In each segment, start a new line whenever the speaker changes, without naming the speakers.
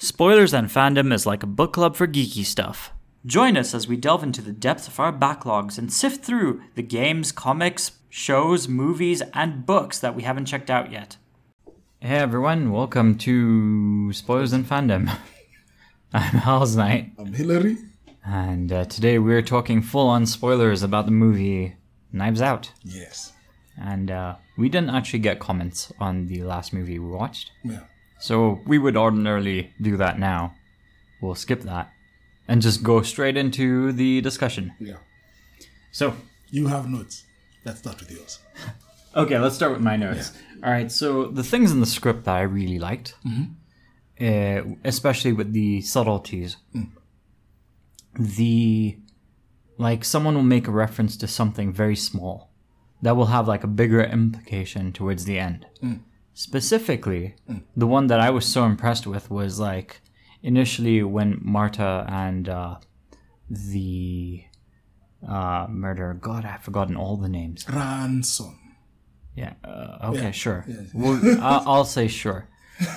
Spoilers on Fandom is like a book club for geeky stuff. Join us as we delve into the depths of our backlogs and sift through the games, comics, shows, movies, and books that we haven't checked out yet. Hey everyone, welcome to Spoilers and Fandom. I'm Hal's Knight,
I'm Hillary.
and uh, today we're talking full on spoilers about the movie Knives Out.
Yes.
And uh, we didn't actually get comments on the last movie we watched.
Yeah.
So we would ordinarily do that now. We'll skip that and just go straight into the discussion.
Yeah.
So,
You have notes. Let's start with yours.
okay, let's start with my notes. All right, so the things in the script that I really liked, uh, especially with the subtleties, the like someone will make a reference to something very small that will have like a bigger implication towards the end. Specifically, the one that I was so impressed with was like initially when Marta and uh, the uh, murderer. God, I've forgotten all the names.
Ransom.
Yeah. Uh, okay. Sure. Well, I- I'll say sure.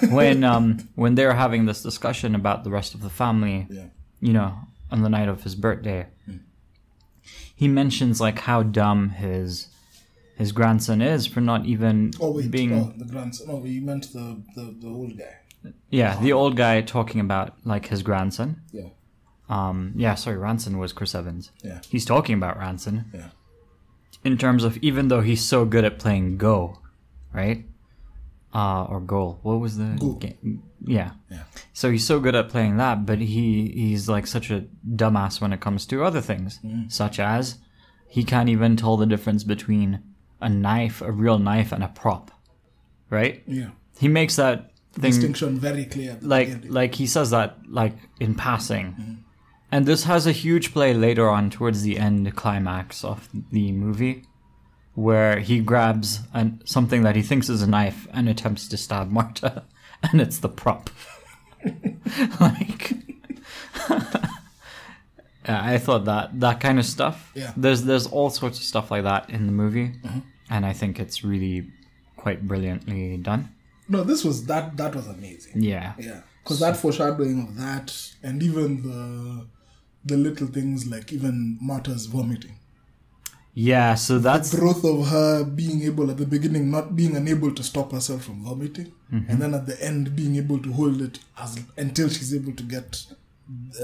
When um when they're having this discussion about the rest of the family,
Yeah.
you know, on the night of his birthday, he mentions like how dumb his his grandson is for not even
Oh wait.
being
Oh, the grandson. Oh, you meant the the, the old guy.
yeah the old guy talking about like his grandson.
Yeah.
Um yeah, sorry, Ranson was Chris Evans.
Yeah.
He's talking about Ranson.
Yeah.
in terms of even though he's so good at playing Go, right? Uh, or goal. What was the
Go.
game? Yeah.
Yeah.
So he's so good at playing that, but he he's like such a dumbass when it comes to other things, such as he can't even tell the difference between a knife, a real knife, and a prop, right?
Yeah.
He makes that thing
Distinction very clear. at the
like
beginning.
like he says that like in passing and this has a huge play later on towards the end climax of the movie where he grabs an, something that he thinks is a knife and attempts to stab marta and it's the prop like Yeah, i thought that that kind of stuff
Yeah.
there's there's all sorts of stuff like that in the movie and i think it's really quite brilliantly done
no, this was that that was amazing.
yeah
Yeah. Because that foreshadowing of that, and even the the little things like even Marta's vomiting,
yeah so that's
growth of her being able at the beginning not being unable to stop herself from vomiting, and then at the end being able to hold it as until she's able to get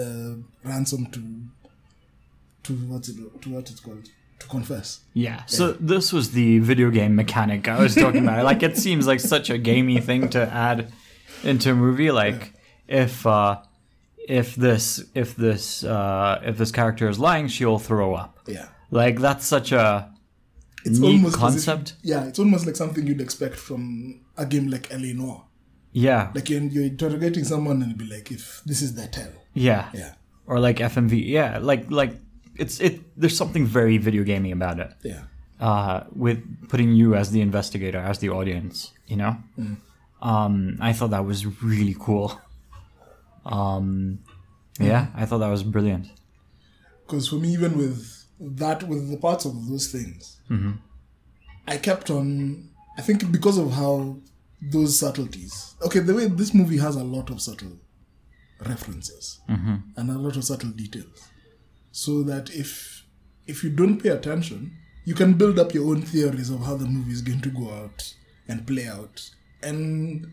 uh, ransom to to what's it to what it's called to confess.
Yeah. So this was the video game mechanic I was talking about. like it seems like such a gamey thing to add into a movie. Like if uh, if this if this uh, if this character is lying, she'll throw up.
Yeah,
Like that's such a
it's
Neat
as if-
concept.
yeah, it's almost like something you'd expect from a game like Eleanor.
yeah
Like you're, you're interrogating someone and be like, if this is their tell.
yeah
Yeah,
or like FMV yeah like like it's it there's something very video gamey about it.
yeah,
uh, with putting you as the investigator, as the audience, you know?
Mm.
Um, I thought that was really cool. Um,
Mm.
yeah, I thought that was brilliant.
because for me even with that with the parts of those things i kept on i think because of how those subtleties okay the way this movie has a lot of subtle references and a lot of subtle details so that if if you don't pay attention you can build up your own theories of how the movie is going to go out and play out and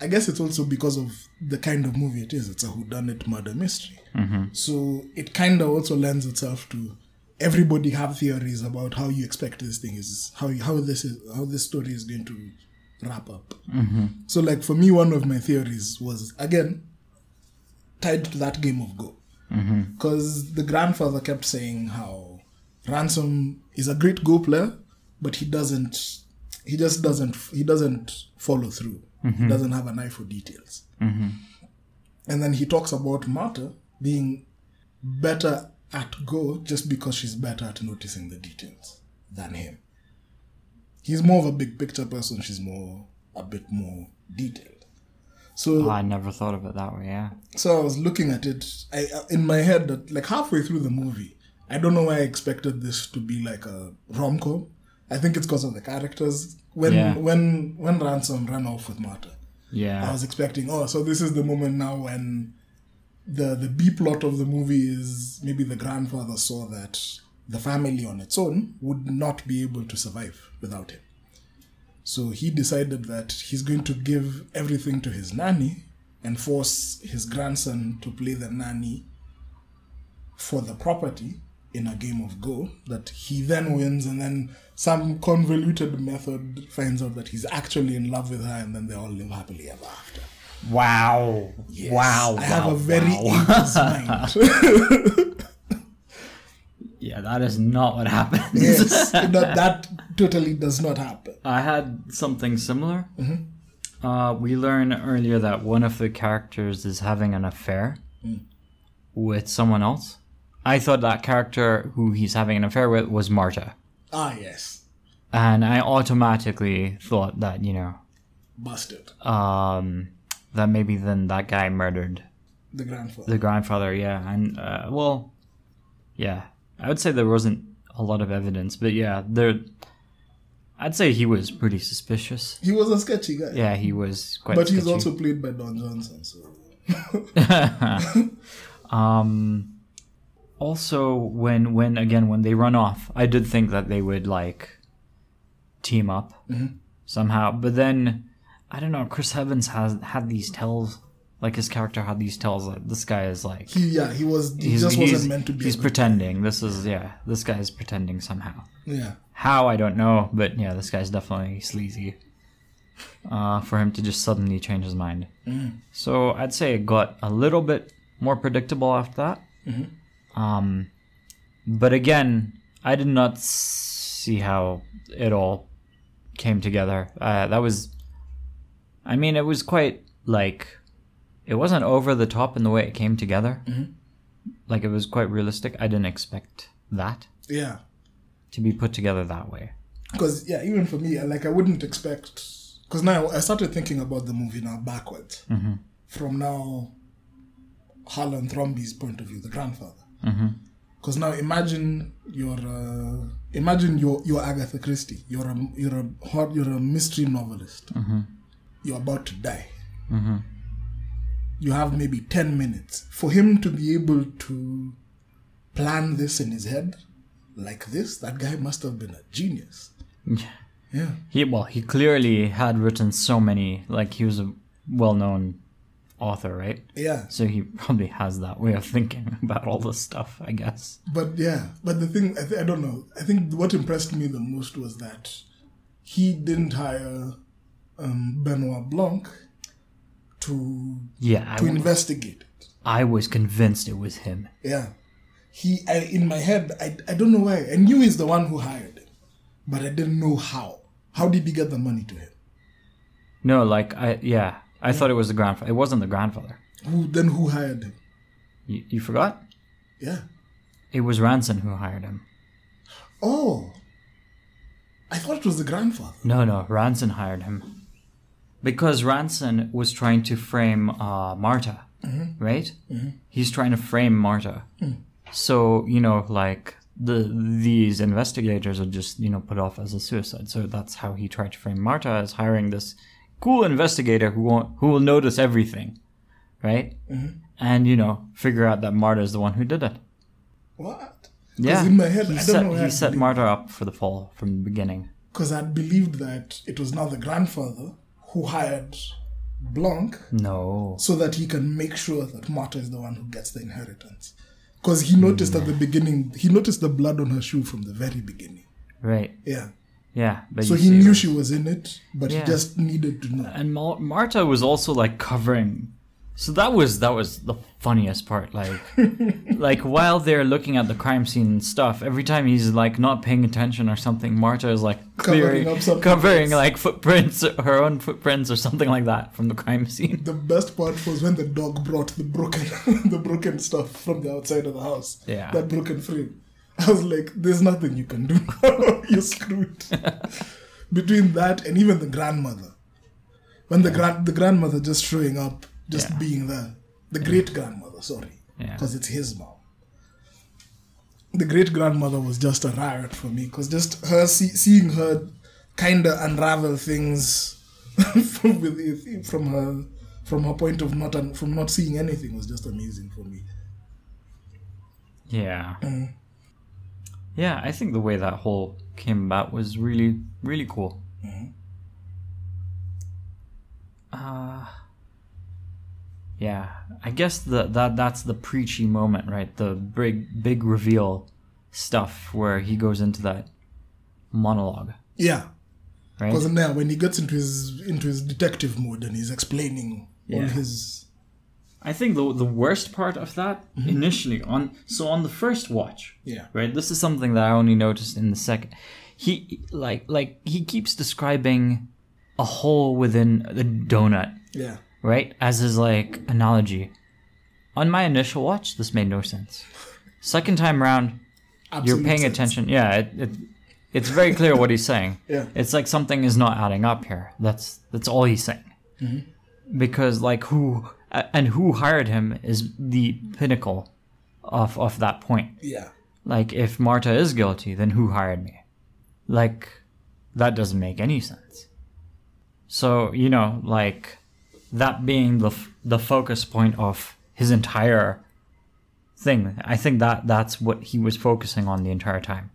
i guess it's also because of the kind of movie it is it's a whodunit murder mystery so it kind of also lends itself to everybody have theories about how you expect this thing is how how this is how this story is going to wrap up. So like for me, one of my theories was again tied to that game of Go, because the grandfather kept saying how Ransom is a great Go player, but he doesn't. He just doesn't. He doesn't follow through. He doesn't have an eye for details and then he talks about Marta being better at go just because she's better at noticing the details than him. He's more of a big picture person. She's more a bit more detailed. So
I never thought of it that way, yeah.
so I was looking at it I I- in my head that like halfway through the movie, I don't know why I expected this to be like a rom com. I think it's because of the characters. When
Yeah.
when when Ransom ran off with Marta,
Yeah.
I was expecting, oh, so this is the moment now when the the B plot of the movie is maybe the grandfather saw that the family on its own would not be able to survive without him. So he decided that he's going to give everything to his nanny and force his grandson to play the nanny for the property in a game of Go that he then wins, and then some convoluted method finds out that he's actually in love with her, and then they all live happily ever after.
Wow. Wow.
I
wow,
have a very
wow.
80s mind. e-
Yeah, that is not what happens.
yes, that, that totally does not happen.
I had something similar.
Mm-hmm.
Uh, we learn earlier that one of the characters is having an affair
Mm.
with someone else. I thought that character who he's having an affair with was Marta.
Ah, yes,
And I automatically thought that, you know,
busted.
um, that maybe then that guy murdered
the grandfather.
the grandfather, yeah. And, uh, well, yeah. I would say there wasn't a lot of evidence, but yeah, there. I'd say he was pretty suspicious.
he was a sketchy guy,
Yeah, he was quite.
but he's
sketchy.
also played by Don Johnson. So
um, also, when when again when they run off, I did think that they would like team up
Mm-hmm.
somehow, but then I don't know. Chris Evans has had these tells, like his character had these tells. Like this guy is like
he, yeah, he was. He
he's-
just
he's-
wasn't meant to be.
He's
a good-
pretending. This is yeah. This guy is pretending somehow.
yeah,
How I don't know, but yeah, this guy's definitely sleazy. Uh, for him to just suddenly change his mind. So I'd say it got a little bit more predictable after that. Um, but again, I did not see how it all came together. Uh, that was, I mean, it was quite like, it wasn't over the top in the way it came together. Like it was quite realistic. I didn't expect that
yeah.
to be put together that way.
because yeah even for me I- like i wouldn't expect because now i started thinking about the movie now backwards from now harlan thromby's point of view the grandfather because now imagine you're uh, imagine you're, you're agatha christie you're a you're a hot you're a mystery novelist you're about to die you have maybe 10 minutes for him to be able to plan this in his head like this that guy must have been a genius yeah
He well, he clearly had written so many. Like he was a well-known author, right?
Yeah,
So he probably has that way of thinking about all this stuff, I guess.
but yeah, but the thing I, th- I don't know. I think what impressed me the most was that he didn't hire um, Benoit Blanc to
Yeah, I,
to
w-
investigate it.
I was convinced it was him.
Yeah, he I, in my head I I don't know why I knew he's the one who hired him, but I didn't know how. How did he get the money to him?
No, like I yeah, I thought it was the grandfather. It wasn't the grandfather.
Who then who hired him?
You, you forgot?
Yeah.
It was Ranson who hired him.
Oh, I thought it was the grandfather.
No, no, Ranson hired him because Ranson was trying to frame uh, Marta,
Mm-hmm.
right? He's trying to frame Marta.
Mm.
So you know, like the these investigators are just you know put off as a suicide. So that's how he tried to frame Marta as hiring this cool investigator who won't, who will notice everything, right?
Mm-hmm.
And you know, figure out that Marta is the one who did it.
What? 'Cause
Yeah,
in my head,
he
I don't
set,
know where
he
I
set
believe-
Marta up for the fall from the beginning.
because I believed that it was now the grandfather who hired Blanc
No,
so that he can make sure that Marta is the one who gets the inheritance. Because he noticed at the beginning, he noticed the blood on her shoe from the very beginning.
right?
Yeah.
Yeah, but
So
you
he
see-
knew she was in it, but
Yeah.
he just needed to know.
and Mar- Marta was also like covering. So that was that was the funniest part. Like, like while they're looking at the crime scene and stuff, every time he's like not paying attention or something, Marta is like clearing,
Covering up something
covering
else.
like footprints, her own footprints or something like that from the crime scene.
The best part was when the dog brought the broken, the broken stuff from the outside of the house.
Yeah.
That broken frame. I was like, "There's nothing you can do. You're screwed." Between that and even the grandmother, when the grand the grandmother just showing up, just
Yeah.
being there, the great grandmother, sorry,
Yeah.
because it's his mom. The great grandmother was just a riot for me, because just her see- seeing her kinda unravel things from with it- from her from her point of not and from not seeing anything was just amazing for me.
Yeah. Yeah, I think the way that whole came about was really, really cool. Uh, yeah, I guess the, that that's the preachy moment, right? The big big reveal stuff where he goes into that monologue,
Yeah,
right?
because now when he gets into his into his detective mode and he's explaining all
Yeah.
his
I think the the worst part of that initially on so on the first watch,
yeah
right this is something that i only noticed in the second he like like he keeps describing a hole within the donut
yeah
right as his like analogy on my initial watch this made no sense second time round you're
Absolute
paying
sense.
attention yeah it, it it's very clear what he's saying
Yeah.
it's like something is not adding up here that's that's all he's saying
Mm-hmm.
because like who a- and who hired him is the pinnacle of of that point
Yeah,
like, if Marta is guilty, then who hired me? Like, that doesn't make any sense. So, you know, like, that being the, f- the focus point of his entire thing, I think that that's what he was focusing on the entire time.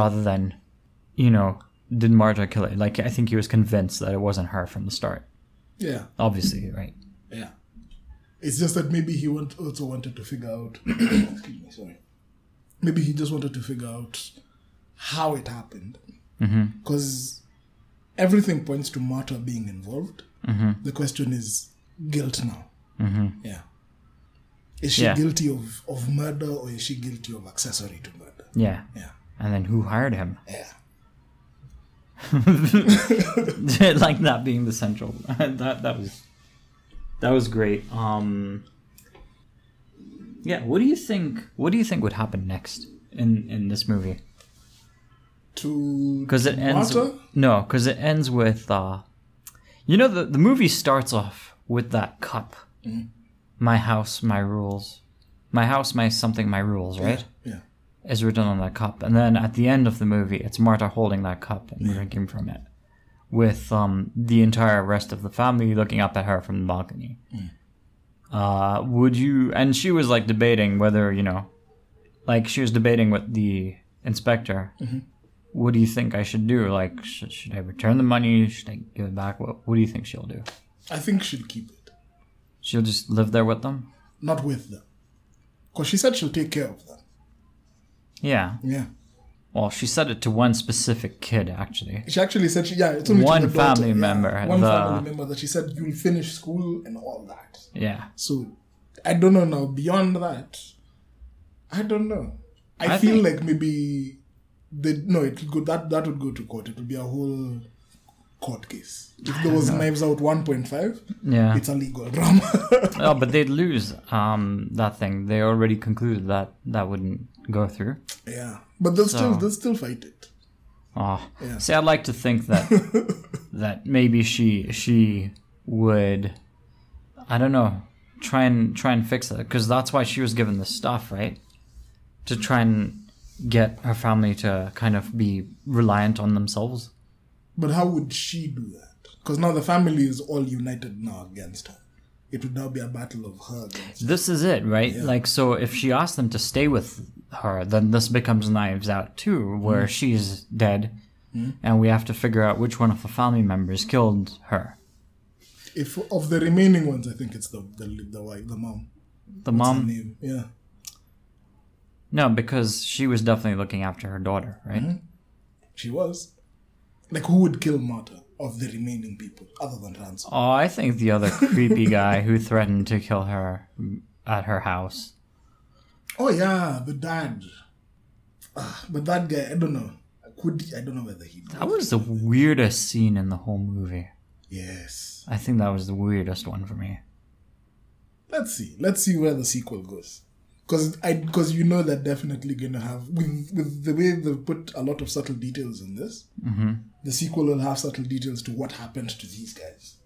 Rather than, you know, did Marta kill it? Like, I think he was convinced that it wasn't her from the start.
yeah,
Obviously, right?
yeah. It's just that maybe he want, also wanted to figure out. excuse me, sorry. Maybe he just wanted to figure out how it happened,
Mm-hmm.
because everything points to Marta being involved.
Mm-hmm.
The question is guilt now. Yeah, is she
Yeah.
guilty of of murder or is she guilty of accessory to murder?
Yeah.
Yeah,
And then who hired him?
yeah.
like that being the central that that was that was great um yeah what do you think what do you think would happen next in in this movie
To
because it ends
Marta?
no because it ends with uh you know the, the movie starts off with that cup my house my rules my house my something my rules right
yeah,
is written on that cup. And then at the end of the movie, it's Marta holding that cup and drinking from it, with um, the entire rest of the family looking up at her from the balcony. Uh, would you? And she was like debating whether you know, like she was debating with the inspector. What do you think I should do? Like, sh- should I return the money? Should I give it back? What What do you think she'll do?
I think she'll keep it.
She'll just live there with them.
not with them. Because she said she'll take care of them.
Yeah.
Yeah.
Well, she said it to one specific kid, actually.
She actually said, she, yeah, it's only to
One
the daughter,
family
yeah.
member,
One
the-
family member that she said, you'll finish school and all that.
Yeah.
So, I don't know now. Beyond that, I don't know. I,
I
feel
think-
like maybe they no, it go that that would go to court. It would be a whole court case. If there was Knives Out 1.5,
Yeah.
it's a legal drama.
Oh, but they'd lose um, that thing. They already concluded that that wouldn't go through.
yeah, but they'll still
So-
they'll still fight it.
Oh,
Yeah.
see, I'd like to think that that maybe she she would, I don't know, try and try and fix it because that's why she was given this stuff, right? To try and get her family to kind of be reliant on themselves.
But how would she do that? Because now the family is all united now against her. It would now be a battle of her against.
This is it, right? Like, so if she asks them to stay with her, then this becomes Knives Out too, where she's dead, and we have to figure out which one of the family members killed her.
If of the remaining ones, I think it's the the the wife, the mom.
The
Her
mom?
name, yeah,
No, because she was definitely looking after her daughter, right?
she was. Like, who would kill Marta of the remaining people other than Ransom?
Oh, I think the other creepy guy who threatened to kill her at her house.
Oh yeah, the dad. Ah, but that guy, I don't know. Could I don't know whether he.
That was the weirdest scene in the whole movie.
Yes.
I think that was the weirdest one for me.
Let's see. Let's see where the sequel goes. Because I because you know they're definitely gonna have with with the way they've put a lot of subtle details in this. The sequel will have subtle details to what happened to these guys.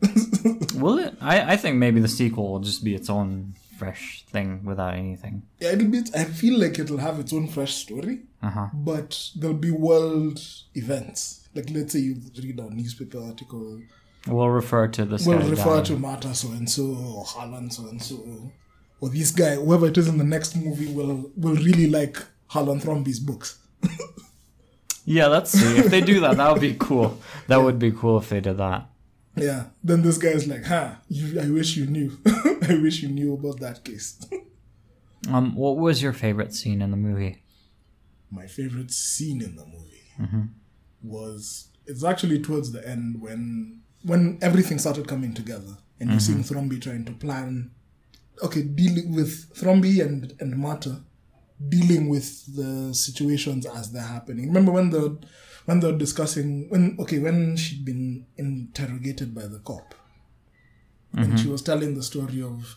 Will it? I, I think maybe the sequel will just be its own fresh thing without anything.
yeah, it'll be. I feel like it'll have its own fresh story,
Uh-huh.
but there'll be world events. Like let's say you read a newspaper article
We'll refer to this
We'll
guy.
refer
down.
to Mata so and so or Haaland so and so or this guy, whoever it is in the next movie will will really like Haaland Thromby's books.
Yeah, let's see. If they do that, that would be cool. That would be cool if they did that.
Yeah. Then this guy is like, huh, you, I wish you knew. I wish you knew about that case.
Um, what was your favorite scene in the movie?
My favorite scene in the movie was it's actually towards the end when when everything started coming together and you're seeing Thromby trying to plan okay, dealing with Thromby and, and Mata dealing with the situations as they're happening. Remember when the when they're discussing when okay, when she'd been interrogated by the cop and she was telling the story of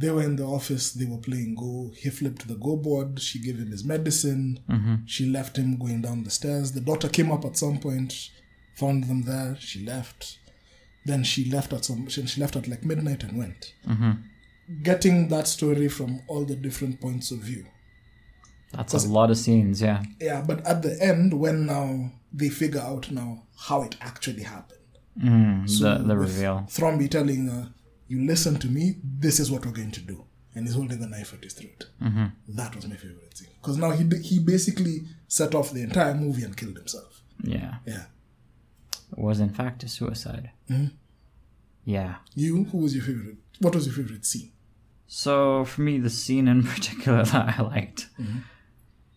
they were in the office, they were playing Go. He flipped the Go board. She gave him his medicine. She left him going down the stairs. The daughter came up at some point, found them there. She left. Then she left at some. She she left at like midnight and went. Getting that story from all the different points of view.
That's a lot of scenes, yeah.
Yeah, but at the end, when now they figure out now how it actually happened.
Mm, the the reveal.
Thromby telling her, "You listen to me. This is what we're going to do," and he's holding the knife at his throat. Mm-hmm. That was my favorite scene because now he he basically set off the entire movie and killed himself.
Yeah,
Yeah,
it was in fact a suicide.
Mm-hmm.
Yeah.
you. Who was your favorite? What was your favorite scene?
So for me, the scene in particular that I liked,
Mm-hmm.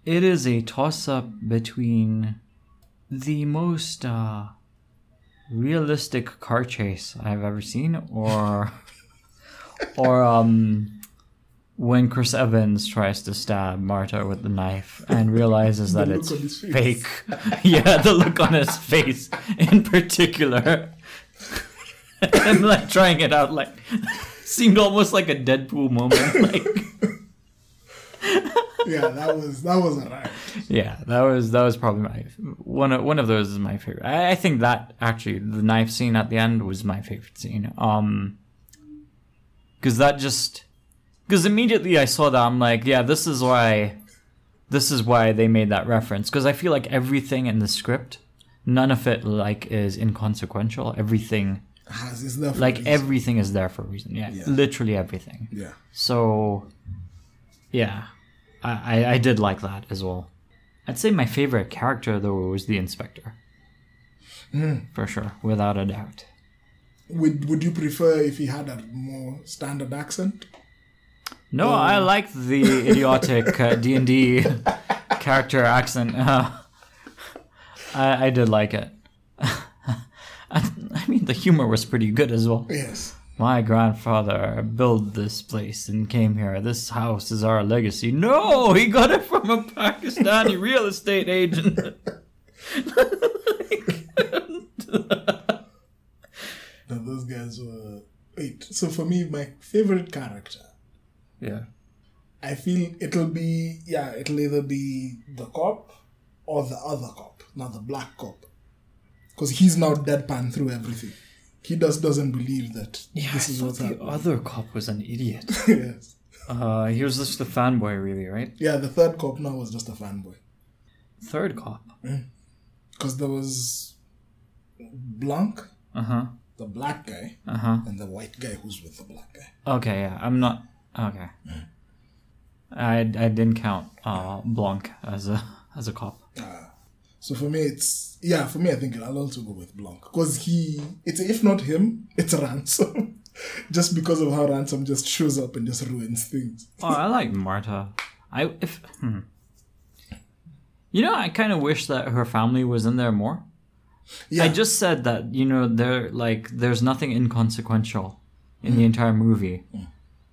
it is a toss-up between the most uh, realistic car chase I've ever seen, or or um, when Chris Evans tries to stab Marta with the knife and realizes that
look
it's
on his face.
fake. yeah, the look on his face in particular. and like trying it out like seemed almost like a Deadpool moment. Like
Yeah, that was that was a riot.
Yeah, that was that was probably my one of one of those is my favorite. I, I think that actually the knife scene at the end was my favorite scene. Um, because that just because immediately I saw that I'm like, yeah, this is why, this is why they made that reference. Because I feel like everything in the script, none of it like is inconsequential. Everything
Has is there for
like
reason.
everything is there for a reason. Yeah,
Yeah.
literally everything.
yeah.
So, yeah, I, I, I did like that as well. I'd say my favorite character, though, was the inspector. For sure, without a doubt.
Would would you prefer if he had a more standard accent?
No, I liked the idiotic uh, D&D character accent. Uh, I, I did like it. I, I mean, the humor was pretty good as well.
Yes.
My grandfather built this place and came here. This house is our legacy. No, he got it from a Pakistani real estate agent.
Now those guys were. Wait. So for me, my favorite character
Yeah.
I feel it'll be yeah, it'll either be the cop or the other cop, not the black cop, because he's now deadpan through everything. He just doesn't believe that this is what's
the
happening.
other cop was an idiot.
yes.
Uh, he was just a fanboy, really, right?
Yeah, the third cop now was just a fanboy
Third cop.
because there was Blanc,
Uh huh.
the black guy,
Uh huh.
and the white guy who's with the black guy.
Okay, yeah. I'm not. Okay. I, I didn't count uh, Blanc as a as a cop.
So for me, it's yeah. For me, I think I'll also go with Blanc because he. It's if not him, it's Ransom, just because of how Ransom just shows up and just ruins things.
Oh, I like Marta. I if hmm. you know, I kind of wish that her family was in there more.
Yeah.
I just said that you know there like there's nothing inconsequential in the entire movie,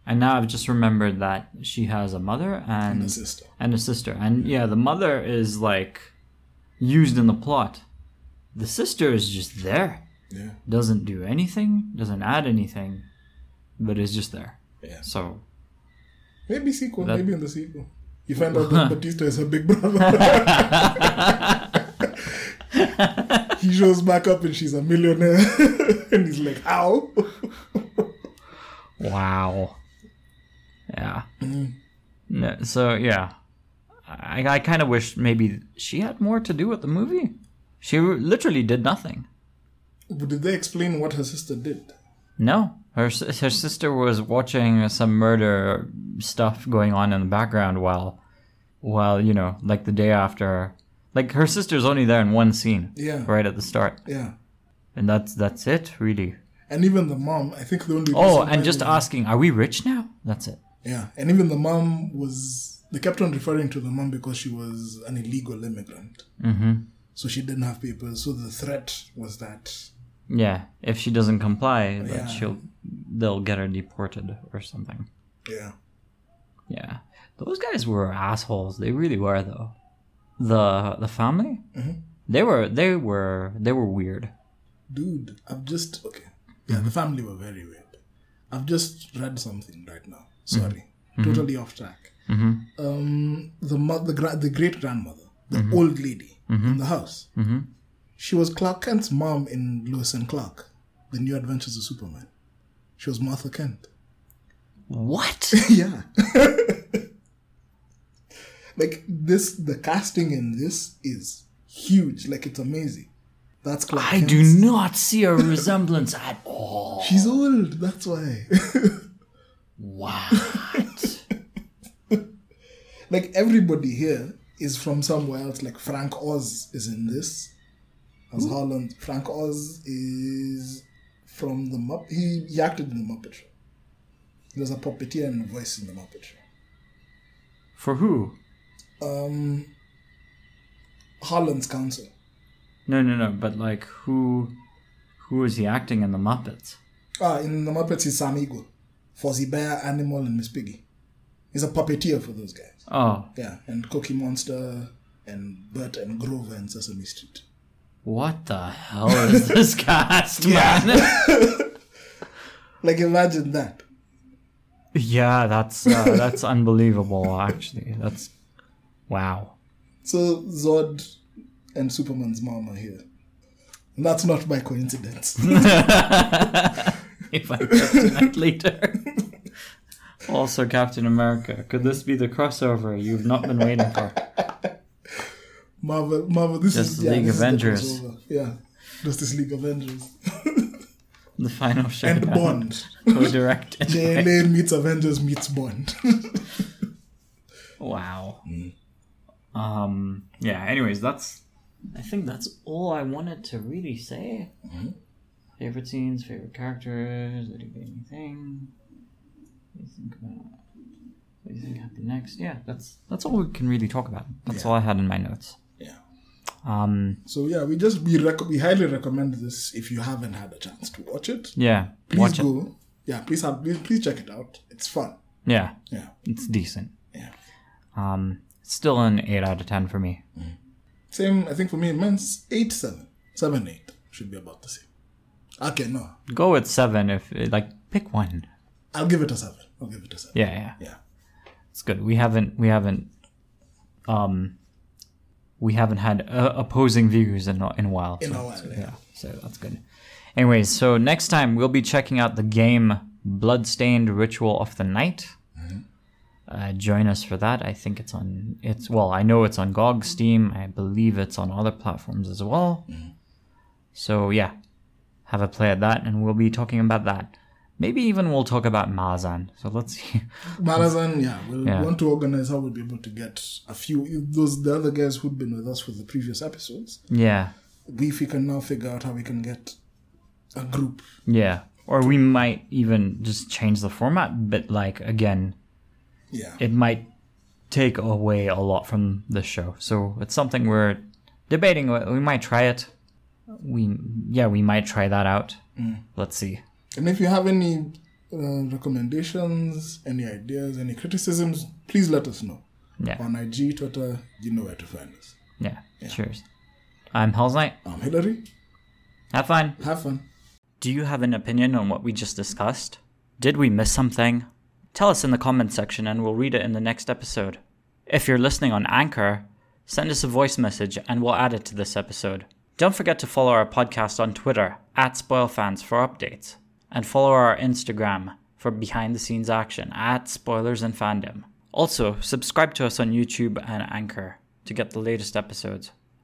and now I've just remembered that she has a mother and
the sister.
and a sister, and yeah, the mother is like used in the plot. The sister is just there,
Yeah.
doesn't do anything, doesn't add anything, but is just there.
Yeah.
So
Maybe sequel,
That-
maybe in the sequel. You find out that Batista is her big brother. he shows back up and she's a millionaire. and he's like, ow.
Wow. Yeah. No, so yeah, I, I kind of wish maybe she had more to do with the movie. She r- literally did nothing.
But did they explain what her sister did?
No, her s- her sister was watching some murder stuff going on in the background while, while you know, like the day after, like her sister's only there in one scene,
Yeah.
right at the start,
Yeah.
and that's that's it really.
And even the mom, I think the only.
Oh,
reason why
and just
they-
asking, are we rich now? That's it.
Yeah, and even the mom was. They kept on referring to the mom because she was an illegal immigrant. Mm-hmm. So she didn't have papers. So the threat was that.
Yeah, if she doesn't comply, then
Yeah.
she'll they'll get her deported or something.
Yeah.
Yeah, those guys were assholes. They really were though. The the family, they were they were they were weird.
Dude, I've just. Okay. Yeah, the family were very weird. I've just read something right now. Sorry. Totally off track. Mm-hmm. Um, the, mo- the, gra- the great grandmother, the old lady in the house, mm-hmm. she was Clark Kent's mom in Lois and Clark, The New Adventures of Superman. She was Martha Kent.
What?
yeah like this the casting in this is huge like it's amazing that's Clark
I
Kent.
do not see a resemblance at all.
she's old that's why
What?
like everybody here is from somewhere else like frank oz is in this as holland frank oz is from the muppet he, he acted in the muppet show he was a puppeteer and a voice in the muppet show
For who?
um holland's council
No, no, no. But like, who? Who is he acting in the Muppets?
Ah, in the Muppets is Sam Eagle, Fozzie Bear, Animal, and Miss Piggy. He's a puppeteer for those guys.
Oh,
Yeah, and Cookie Monster, and Bert and Grover and Sesame Street.
what the hell is this cast, man?
Like, imagine that.
yeah, that's uh, that's unbelievable. Actually, that's wow.
So Zod and Superman's mom are here. And that's not by coincidence.
if I get tonight later. also, Captain America. Could this be the crossover you've not been waiting for?
Marvel, Marvel, this
Just
is yeah,
League
this is the
Avengers.
crossover. Yeah, Justice League Avengers
The final
and
showdown.
Bond.
Co-directed.
JLA meets Avengers meets Bond.
Wow.
Mm-hmm.
Um. Yeah. Anyways, that's. I think that's all I wanted to really say.
Mm-hmm.
Favorite scenes, favorite characters. Did it be anything? What do you think about? What do you think happened next? Yeah, that's that's all we can really talk about. That's all I had in my notes.
yeah.
Um.
So yeah, we just we rec- we highly recommend this if you haven't had a chance to watch it.
Yeah.
Please
watch it.
go. Yeah, please have please, please check it out. It's fun.
Yeah.
Yeah,
It's decent.
yeah.
Um. Still an eight out of ten for me.
Same. I think for me, mine's eight seven seven eight should be about the same. Okay, no,
Go with seven if like pick one.
I'll give it a seven. I'll give it a seven.
Yeah. Yeah.
Yeah,
It's good. We haven't we haven't um we haven't had uh, opposing views in a- in a while.
in
so-
a while. Yeah.
yeah, so that's good. Anyways, so next time we'll be checking out the game Bloodstained Ritual of the Night.
Mm-hmm.
Uh, join us for that. I think it's on it's well, I know it's on GOG, Steam. I believe it's on other platforms as well.
Mm-hmm.
So yeah, have a play at that, and we'll be talking about that. Maybe even we'll talk about Mazan. So let's see.
Malazan, yeah, we'll
Yeah.
want to organize how we'll be able to get a few those the other guys who'd been with us for the previous episodes.
yeah.
We if we can now figure out how we can get a group.
Yeah. Or we might even just change the format, but like again,
Yeah,
it might take away a lot from the show. So it's something we're debating. We might try it. We yeah, we might try that out. Let's see.
And if you have any uh, recommendations, any ideas, any criticisms, please let us know.
Yeah.
On IG, Twitter, you know where to find us.
Yeah. Cheers. I'm Hell's Knight.
I'm Um, Hillary.
Have fun.
Have fun.
Do you have an opinion on what we just discussed? Did we miss something? Tell us in the comments section and we'll read it in the next episode. If you're listening on Anchor, send us a voice message and we'll add it to this episode. Don't forget to follow our podcast on Twitter, at SpoilFans for updates, and follow our Instagram for behind the scenes action, at Spoilers and Fandom. Also, subscribe to us on YouTube and Anchor to get the latest episodes.